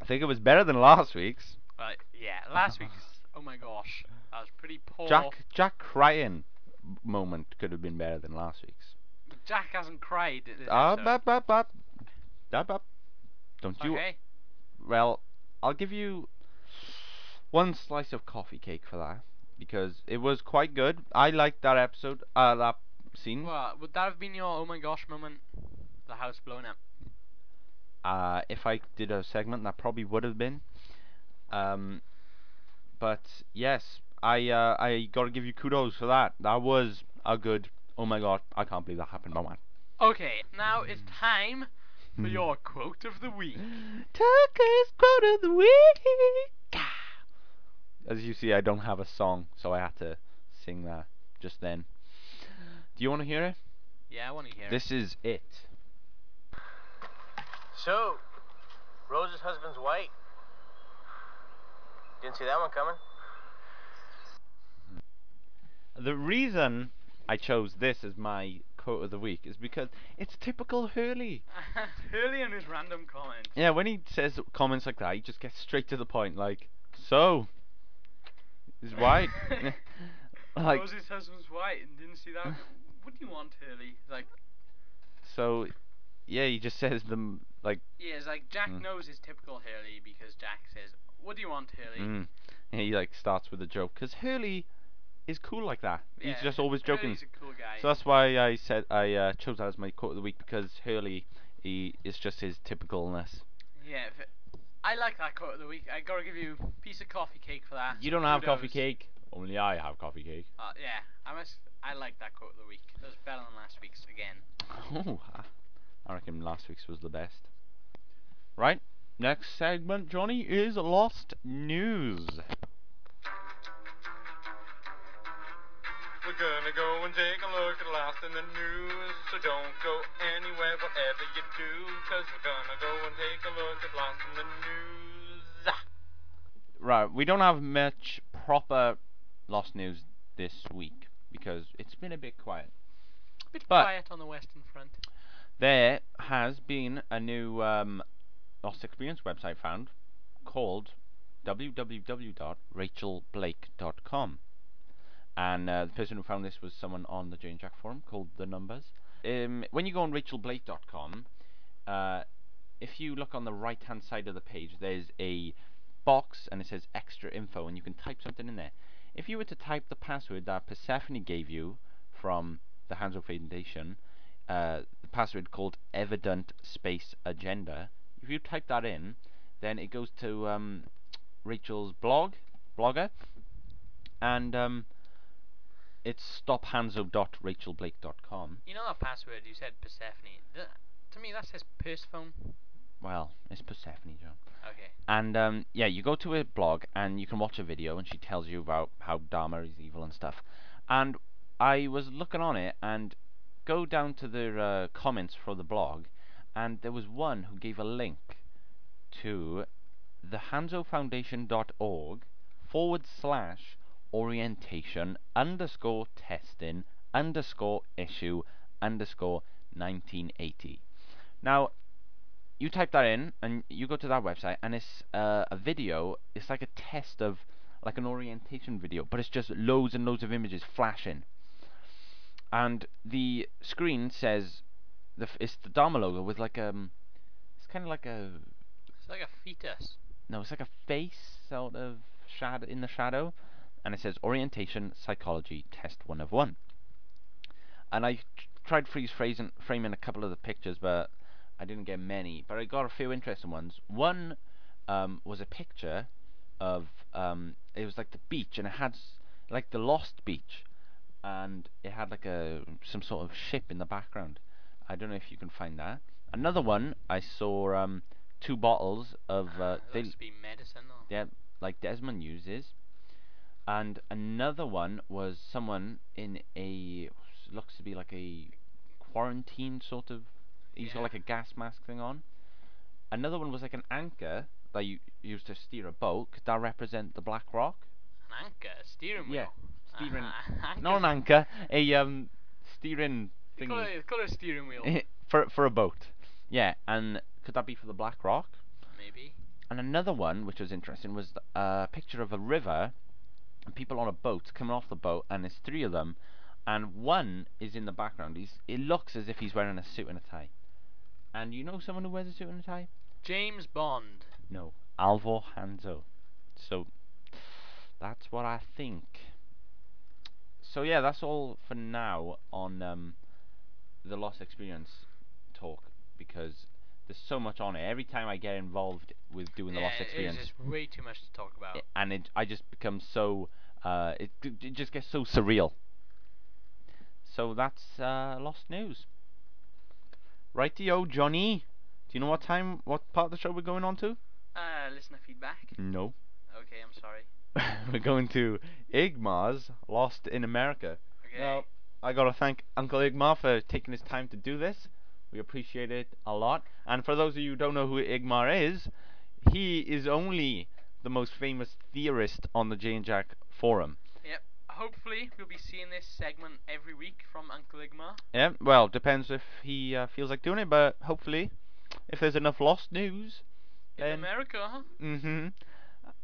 Speaker 1: I think it was better than last week's.
Speaker 2: Right, yeah,
Speaker 1: [LAUGHS]
Speaker 2: last week's. Oh my gosh, that was pretty
Speaker 3: Oh.
Speaker 2: poor.
Speaker 1: Jack Jack crying moment could have been better than last week's.
Speaker 2: Jack hasn't cried. This
Speaker 1: Ah,
Speaker 2: episode.
Speaker 1: bap, bap, bap. Dab, bap. Don't you?
Speaker 2: Okay.
Speaker 1: Well, I'll give you one slice of coffee cake for that because it was quite good. I liked that episode. Uh, that scene.
Speaker 2: Well, would that have been your oh my gosh moment? The house blown up.
Speaker 1: Uh, if I did a segment, that probably would have been. Um, but yes, I uh, I gotta give you kudos for that. That was a good. Oh my god, I can't believe that happened, my man.
Speaker 2: Okay, now it's
Speaker 1: Mm.
Speaker 2: time for your quote of the week.
Speaker 1: Tucker's quote of the week. As you see, I don't have a song, so I had to sing that just then. Do you want to hear it?
Speaker 2: Yeah, I want to hear. it.
Speaker 1: This is it.
Speaker 3: So, Rose's husband's white. Didn't see that one coming.
Speaker 1: The reason I chose this as my quote of the week is because it's typical Hurley.
Speaker 2: [LAUGHS] Hurley and his random comments.
Speaker 1: Yeah, when he says comments like that, he
Speaker 2: [LAUGHS]
Speaker 1: just gets straight to the point. Like, so, is white. [LAUGHS] Like
Speaker 2: Rose's husband's white and didn't see [LAUGHS] that. what do you want, Hurley? It's Like,
Speaker 1: so, yeah. He just says them like.
Speaker 2: yeah, it's like Jack
Speaker 1: Mm.
Speaker 2: knows it's typical Hurley because Jack says, "What do you want, Hurley?"
Speaker 1: Mm. And he like starts with a joke because Hurley is cool like that.
Speaker 2: Yeah,
Speaker 1: He's just always joking.
Speaker 2: Hurley's a cool guy.
Speaker 1: So that's why I said I uh, chose that as my quote of the week because Hurley, he is just his typicalness.
Speaker 2: yeah, if it- I like that quote of the week. I gotta give you a piece of coffee cake for that.
Speaker 1: You don't have coffee
Speaker 2: Kudos.
Speaker 1: cake. Only I have coffee cake.
Speaker 2: Uh, yeah, I must. I like that quote of the week. That was better than last week's again.
Speaker 1: Oh, I- I reckon last week's was the best. Right. Next segment, Johnny, is lost news.
Speaker 3: We're gonna go and take a look at lost in the news. So don't go anywhere, whatever you do, cause we're gonna go and take a look at lost in the news.
Speaker 1: Right. We don't have much proper lost news this week because it's been a bit quiet.
Speaker 2: Bit
Speaker 1: But-
Speaker 2: quiet on the Western Front.
Speaker 1: There has been a new um, Lost Experience website found called www.rachelblake.com. And uh, the person who found this was someone on the Jane Jack forum called The Numbers. Um, when you go on rachelblake.com, uh, if you look on the right hand side of the page, there's a box and it says extra info, and you can type something in there. If you were to type the password that Persephone gave you from the Hands of Foundation, uh, the password called evident space agenda. If you type that in, then it goes to um, Rachel's blog, blogger, and um, it's stophanzo.rachelblake.com.
Speaker 2: You know that password you said Persephone. Th- to me, that says Persephone.
Speaker 1: Well, it's Persephone, John.
Speaker 2: Okay.
Speaker 1: And um, yeah, you go to her blog and you can watch a video, and she tells you about how Dharma is evil and stuff. And I was looking on it and go down to the uh, comments for the blog, and there was one who gave a link to thehanzofoundation.org forward slash orientation underscore testing underscore issue underscore 1980. Now, you type that in and you go to that website and it's uh, a video it's like a test of like an orientation video but it's just loads and loads of images flashing and the screen says the f- it's the Dharma logo with like um it's kind of like a
Speaker 2: It's like a fetus.
Speaker 1: no it's like a face sort of shadow in the shadow and it says orientation psychology test one of one and I t- tried freeze phrasing, framing a couple of the pictures, but I didn't get many. But I got a few interesting ones. One um, was a picture of um, it was like the beach, and it had s- like the lost beach, and it had like a some sort of ship in the background. I don't know if you can find that. Another one I saw um, two bottles of
Speaker 2: [LAUGHS]
Speaker 1: uh,
Speaker 2: It
Speaker 1: Dil-
Speaker 2: must be medicine. Or...
Speaker 1: yeah, like Desmond uses. And another one was someone in a looks to be like a quarantine sort of. He's got
Speaker 2: Yeah.
Speaker 1: like a gas mask thing on. Another one was like an anchor that you used to steer a boat. Could that represent the Black Rock?
Speaker 2: An anchor, a steering
Speaker 1: Yeah,
Speaker 2: wheel. [LAUGHS]
Speaker 1: steering-
Speaker 2: Uh-huh,
Speaker 1: Not an
Speaker 2: anchor's-
Speaker 1: anchor, a um steering
Speaker 2: They call,
Speaker 1: thingy
Speaker 2: it, they call it a
Speaker 1: [LAUGHS]
Speaker 2: steering wheel,
Speaker 1: for for a boat. Yeah, and could that be for the Black Rock?
Speaker 2: maybe.
Speaker 1: And another one, which was interesting, was th- a picture of a river and people on a boat coming off the boat, and there's three of them, and one is in the background. He's it looks as if he's wearing a suit and a tie. And you know someone who wears a suit and a tie?
Speaker 2: James Bond.
Speaker 1: No, Alvor Hanzo. So that's what I think. So yeah, that's all for now on um, the lost experience talk because there's so much on it. Every time I get involved with doing the
Speaker 2: yeah,
Speaker 1: lost experience,
Speaker 2: it was just way too much to talk about.
Speaker 1: it- and it, I just become so uh, it g- it just gets so surreal. So that's uh, lost news. Rightio, Johnny. Do you know what time, what part of the show we're going on to?
Speaker 2: Uh, listener feedback.
Speaker 1: No.
Speaker 2: Okay, I'm sorry.
Speaker 1: [LAUGHS] we're going to Igmar's Lost in America.
Speaker 2: Okay.
Speaker 1: Now, I gotta thank Uncle Igmar for taking his time to do this. We appreciate it a lot. And for those of you who don't know who Igmar is, he is only the most famous theorist on the Jane Jack forum.
Speaker 2: Yep. Hopefully, we'll be seeing this segment every week from Uncle Igmar.
Speaker 1: Yeah, well, depends if he uh, feels like doing it, but hopefully, if there's enough lost news,
Speaker 2: In
Speaker 1: then Mm.
Speaker 2: America, huh?
Speaker 1: hmm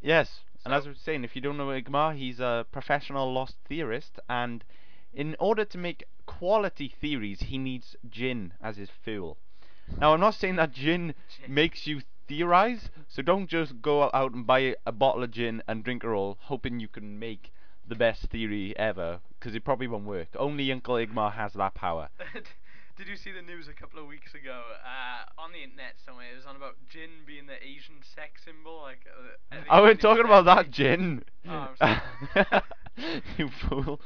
Speaker 1: yes, And as we were saying, if you don't know Igmar, he's a professional lost theorist, and in order to make quality theories, he needs gin as his fuel. Now, I'm not saying that
Speaker 2: [LAUGHS]
Speaker 1: gin makes you theorize, so don't just go out and buy a bottle of gin and drink it all, hoping you can make the best theory ever, because it probably won't work. Only Uncle Igmar has that power.
Speaker 2: [LAUGHS] Did you see the news a couple of weeks ago uh, on the internet somewhere? It was on about gin being the Asian sex symbol. Like, uh, I think
Speaker 1: I
Speaker 2: it
Speaker 1: was
Speaker 2: was
Speaker 1: talking about that [LAUGHS]
Speaker 2: exactly-
Speaker 1: gin.
Speaker 2: Oh, I'm
Speaker 1: [LAUGHS] you fool.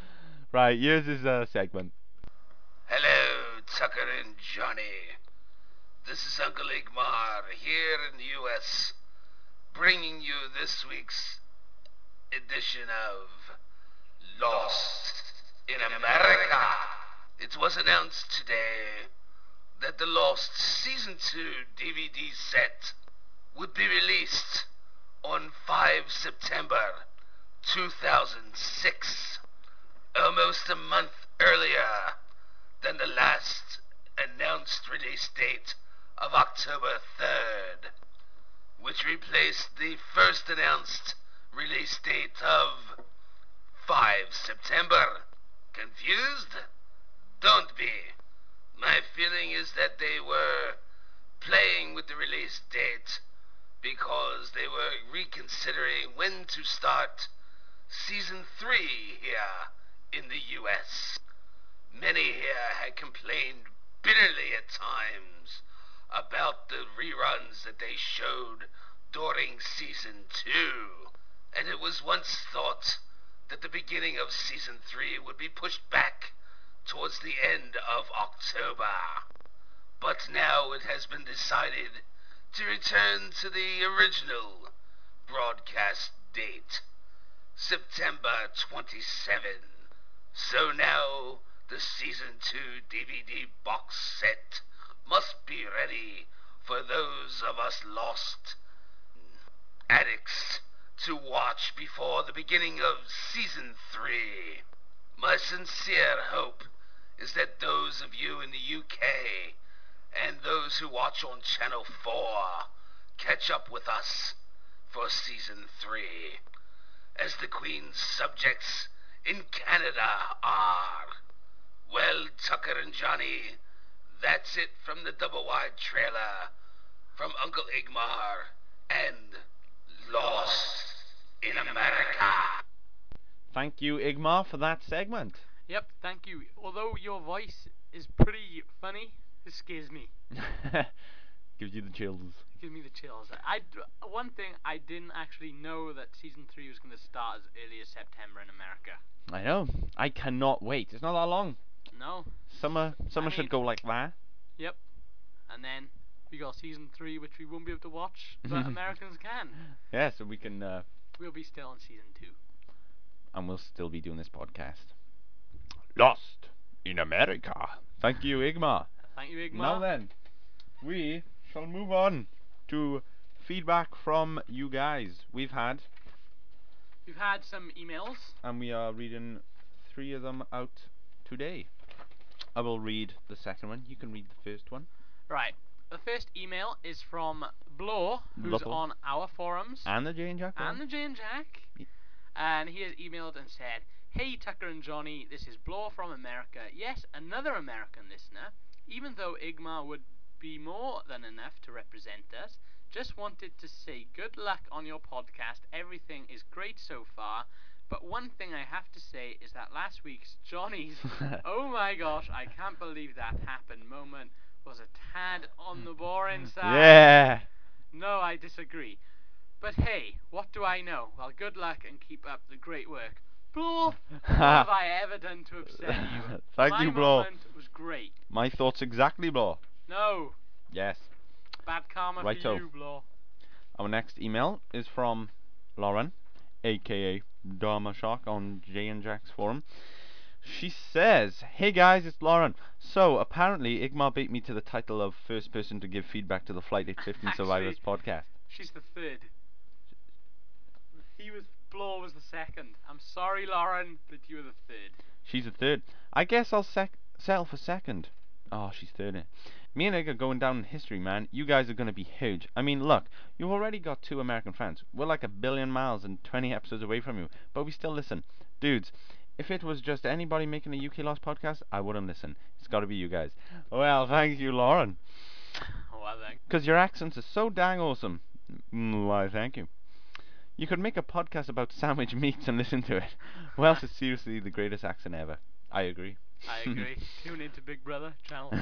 Speaker 1: Right, here's his uh, segment.
Speaker 6: Hello, Tucker and Johnny. This is Uncle Igmar here in the U.S., bringing you this week's edition of Lost in America. It was announced today that the Lost Season 2 DVD set would be released on 5 September 2006, almost a month earlier than the last announced release date of October 3rd, which replaced the first announced release date of 5 September. Confused? Don't be. My feeling is that they were playing with the release date because they were reconsidering when to start season 3 here in the US. Many here had complained bitterly at times about the reruns that they showed during season 2, and it was once thought that the beginning of season 3 would be pushed back towards the end of October. But now it has been decided to return to the original broadcast date, September 27. So now the season 2 DVD box set must be ready for those of us lost addicts to watch before the beginning of season 3. My sincere hope is that those of you in the UK and those who watch on Channel 4 catch up with us for season 3 as the Queen's subjects in Canada are. Well, Tucker and Johnny, that's it from the double wide trailer from Uncle Igmar and Lost in America.
Speaker 1: Thank you, Igmar, for that segment.
Speaker 2: Yep, thank you. Although your voice is pretty funny, it scares me.
Speaker 1: [LAUGHS] Gives you the chills.
Speaker 2: It gives me the chills. I d- one thing I didn't actually know that season three was going to start as early as September in America.
Speaker 1: I know. I cannot wait. It's not that long.
Speaker 2: No.
Speaker 1: Summer, summer
Speaker 2: mean-
Speaker 1: should go like that.
Speaker 2: Yep. And then we got season three, which we won't be able
Speaker 1: [LAUGHS]
Speaker 2: to watch, but Americans can.
Speaker 1: Yeah, so we can, uh,
Speaker 2: We'll be still on season two.
Speaker 1: and we'll still be doing this podcast. Lost in America. Thank you, Igmar.
Speaker 2: Thank you, Igmar.
Speaker 1: Now then, we shall move on to feedback from you guys. We've had,
Speaker 2: We've had some emails.
Speaker 1: and we are reading three of them out today. I will read the second one. You can read the first one.
Speaker 2: Right. The first email is from Blore, who's
Speaker 1: Blore.
Speaker 2: on our forums
Speaker 1: And the Jane Jack.
Speaker 2: and the Jane Jack. And he has emailed and said, Hey Tucker and Johnny, this is Blore from America. Yes, another American listener. Even though Igmar would be more than enough to represent us, just wanted to say good luck on your podcast. Everything is great so far. But one thing I have to say is that last week's
Speaker 1: [LAUGHS]
Speaker 2: Johnny's, oh my gosh, I can't believe that happened moment was a tad on the
Speaker 1: [LAUGHS]
Speaker 2: boring side.
Speaker 1: Yeah.
Speaker 2: No, I disagree. But hey, what do I know? Well, good luck and keep up the great work.
Speaker 1: [LAUGHS]
Speaker 2: Blorf, what have I ever done to upset you?
Speaker 1: Thank
Speaker 2: My
Speaker 1: you, Blore.
Speaker 2: moment was great.
Speaker 1: My thoughts exactly, Blore.
Speaker 2: No,
Speaker 1: Yes.
Speaker 2: bad karma
Speaker 1: Righto.
Speaker 2: for you, Blore.
Speaker 1: Our next email is from Lauren, aka Dharma Shark on Jay and Jack's forum. She says, Hey guys, it's Lauren. So apparently Igmar beat me to the title of first person to give feedback to the Flight
Speaker 2: [LAUGHS]
Speaker 1: 815 Survivors podcast.
Speaker 2: She's the third. He was Blore was the second. I'm sorry, Lauren, but you were the third.
Speaker 1: Ah, She's the third. I guess I'll sec- settle for second. Oh, she's third. eh? Me and Egg are going down in history, man. You guys are going to be huge. I mean, look, you've already got two American fans. We're like a billion miles and 20 episodes away from you, but we still listen. Dudes, if it was just anybody making a UK Lost podcast, I wouldn't listen. It's got to be you guys. Well, thank you, Lauren,
Speaker 2: Well then.
Speaker 1: because your accents are so dang awesome. Mm, Why, thank you. You could make a podcast about sandwich meats and listen to it. [LAUGHS] Welsh is seriously the greatest accent ever. I agree. [LAUGHS]
Speaker 2: I agree. Tune in to Big Brother, Channel 4.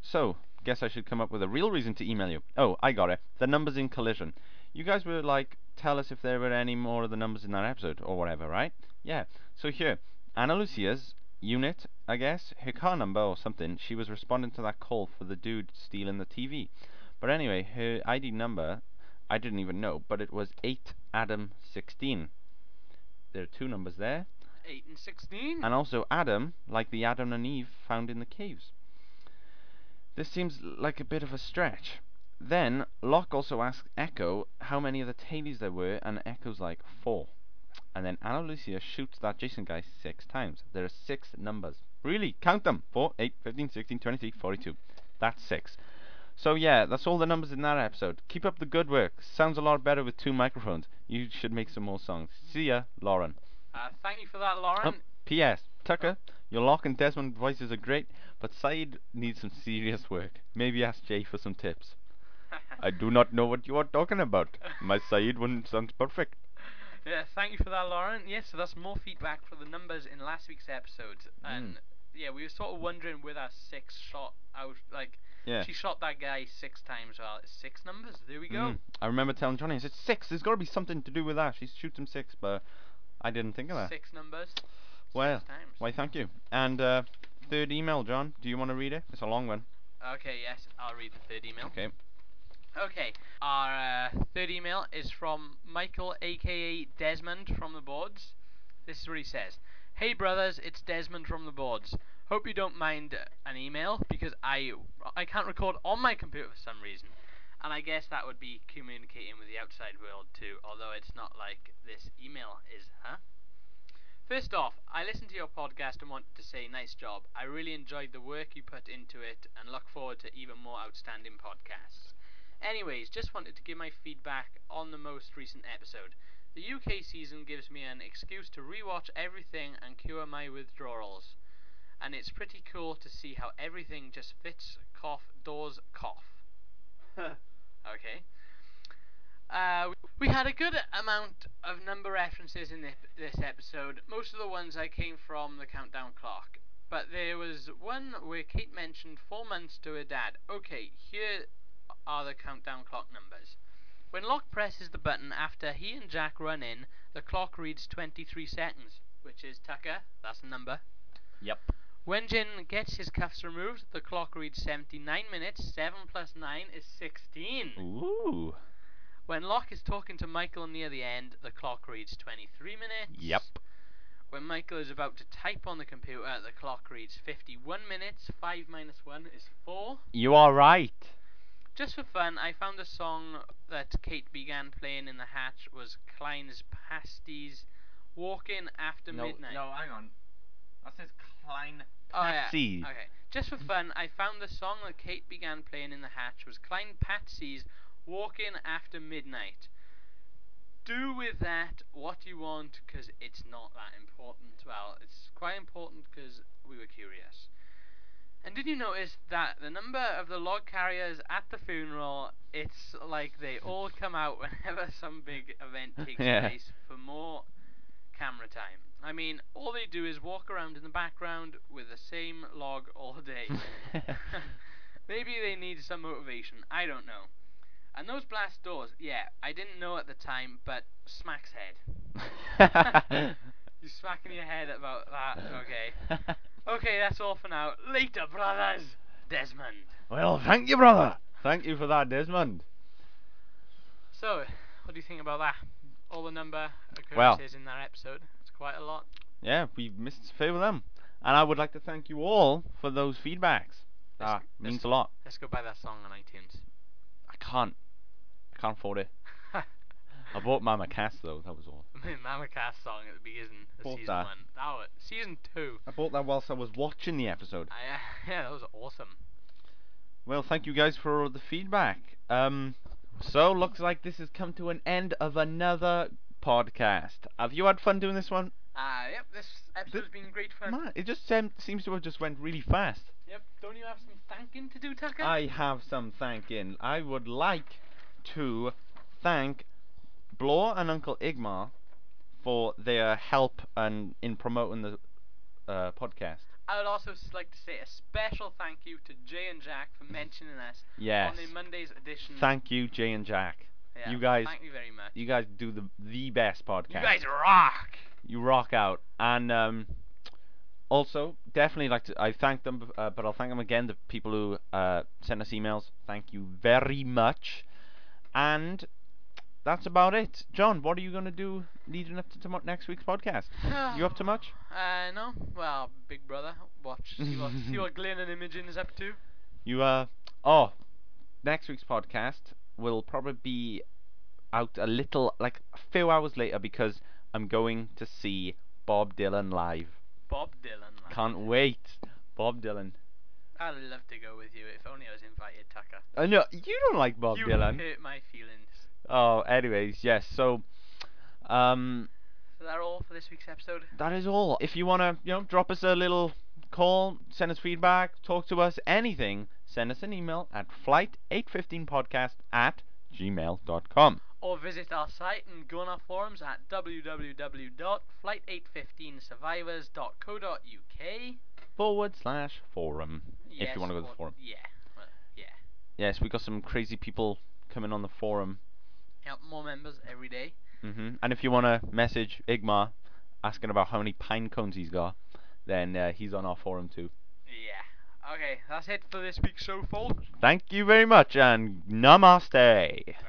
Speaker 1: So, guess I should come up with a real reason to email you. Oh, I got it. The numbers in collision. You guys were like, tell us if there were any more of the numbers in that episode or whatever, right? Yeah. So here, Anna Lucia's unit, I guess, her car number or something. She was responding to that call for the dude stealing the TV. But anyway, her ID number, I didn't even know, but it was eight Adam sixteen. There are two numbers there.
Speaker 2: 8 and 16?
Speaker 1: And also Adam, like the Adam and Eve found in the caves. This seems like a bit of a stretch. Then Locke also asks Echo how many of the tailies there were, and Echo's like four. And then Anna Lucia shoots that Jason guy six times. There are six numbers. Really, count them 4, 8, 15, 16, 23, 42. That's six. So, yeah, that's all the numbers in that episode. Keep up the good work. Sounds a lot better with two microphones. You should make some more songs. See ya, Lauren.
Speaker 2: Uh, thank you for that, Lauren.
Speaker 1: Oh. P.S. Tucker, your Locke and Desmond voices are great, but Said needs some serious work. Maybe ask Jay for some tips. I do not know what you are talking about. My Said one sounds perfect.
Speaker 2: [LAUGHS] Yeah, thank you for that, Lauren. Yes, so that's more feedback for the numbers in last week's episode. And
Speaker 1: Mm.
Speaker 2: yeah, we were sort of wondering with our six shot out, like,
Speaker 1: Yeah.
Speaker 2: she shot that guy six times. Well, it's six numbers. There we go.
Speaker 1: Mm. I remember telling Johnny, I said, six, there's got to be something to do with that. She shoots him six, but I didn't think of that.
Speaker 2: Six numbers.
Speaker 1: Well,
Speaker 2: six times.
Speaker 1: why thank you. And uh, third email, John, do you want to read it? It's a long one.
Speaker 2: Okay, yes, I'll read the third email.
Speaker 1: Okay.
Speaker 2: Okay, our uh, third email is from Michael, aka Desmond from the boards. This is what he says Hey brothers, it's Desmond from the boards. Hope you don't mind an email because I I can't record on my computer for some reason. And I guess that would be communicating with the outside world too, although it's not like this email is, huh? First off, I listened to your podcast and wanted to say nice job. I really enjoyed the work you put into it and look forward to even more outstanding podcasts. Anyways, just wanted to give my feedback on the most recent episode. The UK season gives me an excuse to rewatch everything and cure my withdrawals. And it's pretty cool to see how everything just fits, cough, doors, cough. okay. Uh, we had a good amount of number references in thi- this episode. Most of the ones I came from the countdown clock, but there was one where Kate mentioned four months to her dad. Okay, here are the countdown clock numbers. When Locke presses the button after he and Jack run in, the clock reads 23 seconds, which is Tucker. That's a number.
Speaker 1: Yep.
Speaker 2: When Jin gets his cuffs removed, the clock reads 79 minutes. 7 plus 9 is 16.
Speaker 1: Ooh.
Speaker 2: When Locke is talking to Michael near the end, the clock reads 23 minutes.
Speaker 1: Yep.
Speaker 2: When Michael is about to type on the computer, the clock reads 51 minutes. 5 minus 1 is 4.
Speaker 1: You are right.
Speaker 2: Just for fun, I found a song that Kate began playing in the hatch was Klein's Pasties Walking After
Speaker 7: [LAUGHS] no,
Speaker 2: Midnight.
Speaker 7: no, hang on. That says Klein.
Speaker 2: Oh, yeah.
Speaker 1: Patsy.
Speaker 2: Okay. Just for fun, I found the song that Kate began playing in the hatch was Klein Patsy's Walking After Midnight. Do with that what you want because it's not that important. Well, it's quite important because we were curious. And did you notice that the number of the log carriers at the funeral, it's like they all come out [LAUGHS] whenever some big event takes
Speaker 1: Yeah.
Speaker 2: place for more camera time. I mean, all they do is walk around in the background with the same log all
Speaker 1: [LAUGHS]
Speaker 2: [LAUGHS] day. Maybe they need some motivation. I don't know. And those blast doors, yeah, I didn't know at the time, but smacks head. You're smacking your head about that. Uh, Okay.
Speaker 1: [LAUGHS]
Speaker 2: Okay, that's all for now. Later, brothers. Desmond.
Speaker 1: Well, thank you, brother. Thank you for that, Desmond.
Speaker 2: So, what do you think about that? All the number occurrences
Speaker 1: Well-
Speaker 2: in that episode. It's quite a lot.
Speaker 1: Yeah, we missed a few of them. And I would like to thank you all for those feedbacks. That means a lot.
Speaker 2: Let's go buy that song on iTunes. [LAUGHS]
Speaker 1: I can't. I can't afford it. I bought Mama Cass, though, that was all.
Speaker 2: [LAUGHS] Mama Cast song at the beginning of
Speaker 1: Bought
Speaker 2: season
Speaker 1: that.
Speaker 2: one. That was, season two. [LAUGHS]
Speaker 1: I bought that whilst I was watching the episode.
Speaker 2: I, yeah, that was awesome.
Speaker 1: Well, thank you guys for all the feedback. Um, so looks like this has come to an end of another podcast. Have you had fun doing this one?
Speaker 2: Ah, yep, this episode's been great fun.
Speaker 1: Man, it just sem- seems to have just went really fast.
Speaker 2: Yep, don't you have some thanking to do, Tucker?
Speaker 1: I have some thanking. I would like to thank Blore and Uncle Igmar for their help and in promoting the uh, podcast.
Speaker 2: I would also s- like to say a special thank you to Jay and Jack
Speaker 1: [LAUGHS]
Speaker 2: for mentioning us
Speaker 1: Yes.
Speaker 2: on the Monday's edition.
Speaker 1: Thank you, Jay and Jack.
Speaker 2: Yeah,
Speaker 1: you guys-
Speaker 2: Thank you very much.
Speaker 1: You guys do the the best podcast.
Speaker 2: You guys rock.
Speaker 1: you rock out. And um, also, definitely like to, I thank them, bef- uh, but I'll thank them again. The people who uh, sent us emails, thank you very much. And that's about it. John, what are you gonna do leading up to tomo- next week's
Speaker 2: [SIGHS]
Speaker 1: podcast? You up to much?
Speaker 2: Uh, no. Well, Big Brother, watch.
Speaker 1: [LAUGHS]
Speaker 2: See what, see what Glenn and Imogen is up to.
Speaker 1: You uh oh, next week's podcast will probably be out a little like a few hours later because I'm going to see Bob Dylan live.
Speaker 2: Bob Dylan. like.
Speaker 1: Can't wait. Bob Dylan.
Speaker 2: I'd love to go with you if only I was invited, Tucker.
Speaker 1: I know you don't like Bob
Speaker 2: you
Speaker 1: Dylan.
Speaker 2: hurt my feelings.
Speaker 1: Oh, anyways, yes. So, um,
Speaker 2: So that all for this week's episode.
Speaker 1: that is all. If you wanna, you know, drop us a little call, send us feedback, talk to us, anything, send us an email at flight815podcast at gmail.com.
Speaker 2: Or visit our site and go on our forums at www.flight815survivors.co.uk.
Speaker 1: Forward slash forum. if
Speaker 2: Yes,
Speaker 1: you want to go to the
Speaker 2: or-
Speaker 1: forum.
Speaker 2: Yeah. Well, yeah.
Speaker 1: Yes, we got some crazy people coming on the forum.
Speaker 2: Yep, more members every day.
Speaker 1: hmm And if you wanna message Igmar asking about how many pine cones he's got, then uh, he's on our forum too.
Speaker 2: Yeah. Okay, that's it for this week's show, folks.
Speaker 1: Thank you very much and namaste.
Speaker 2: Um,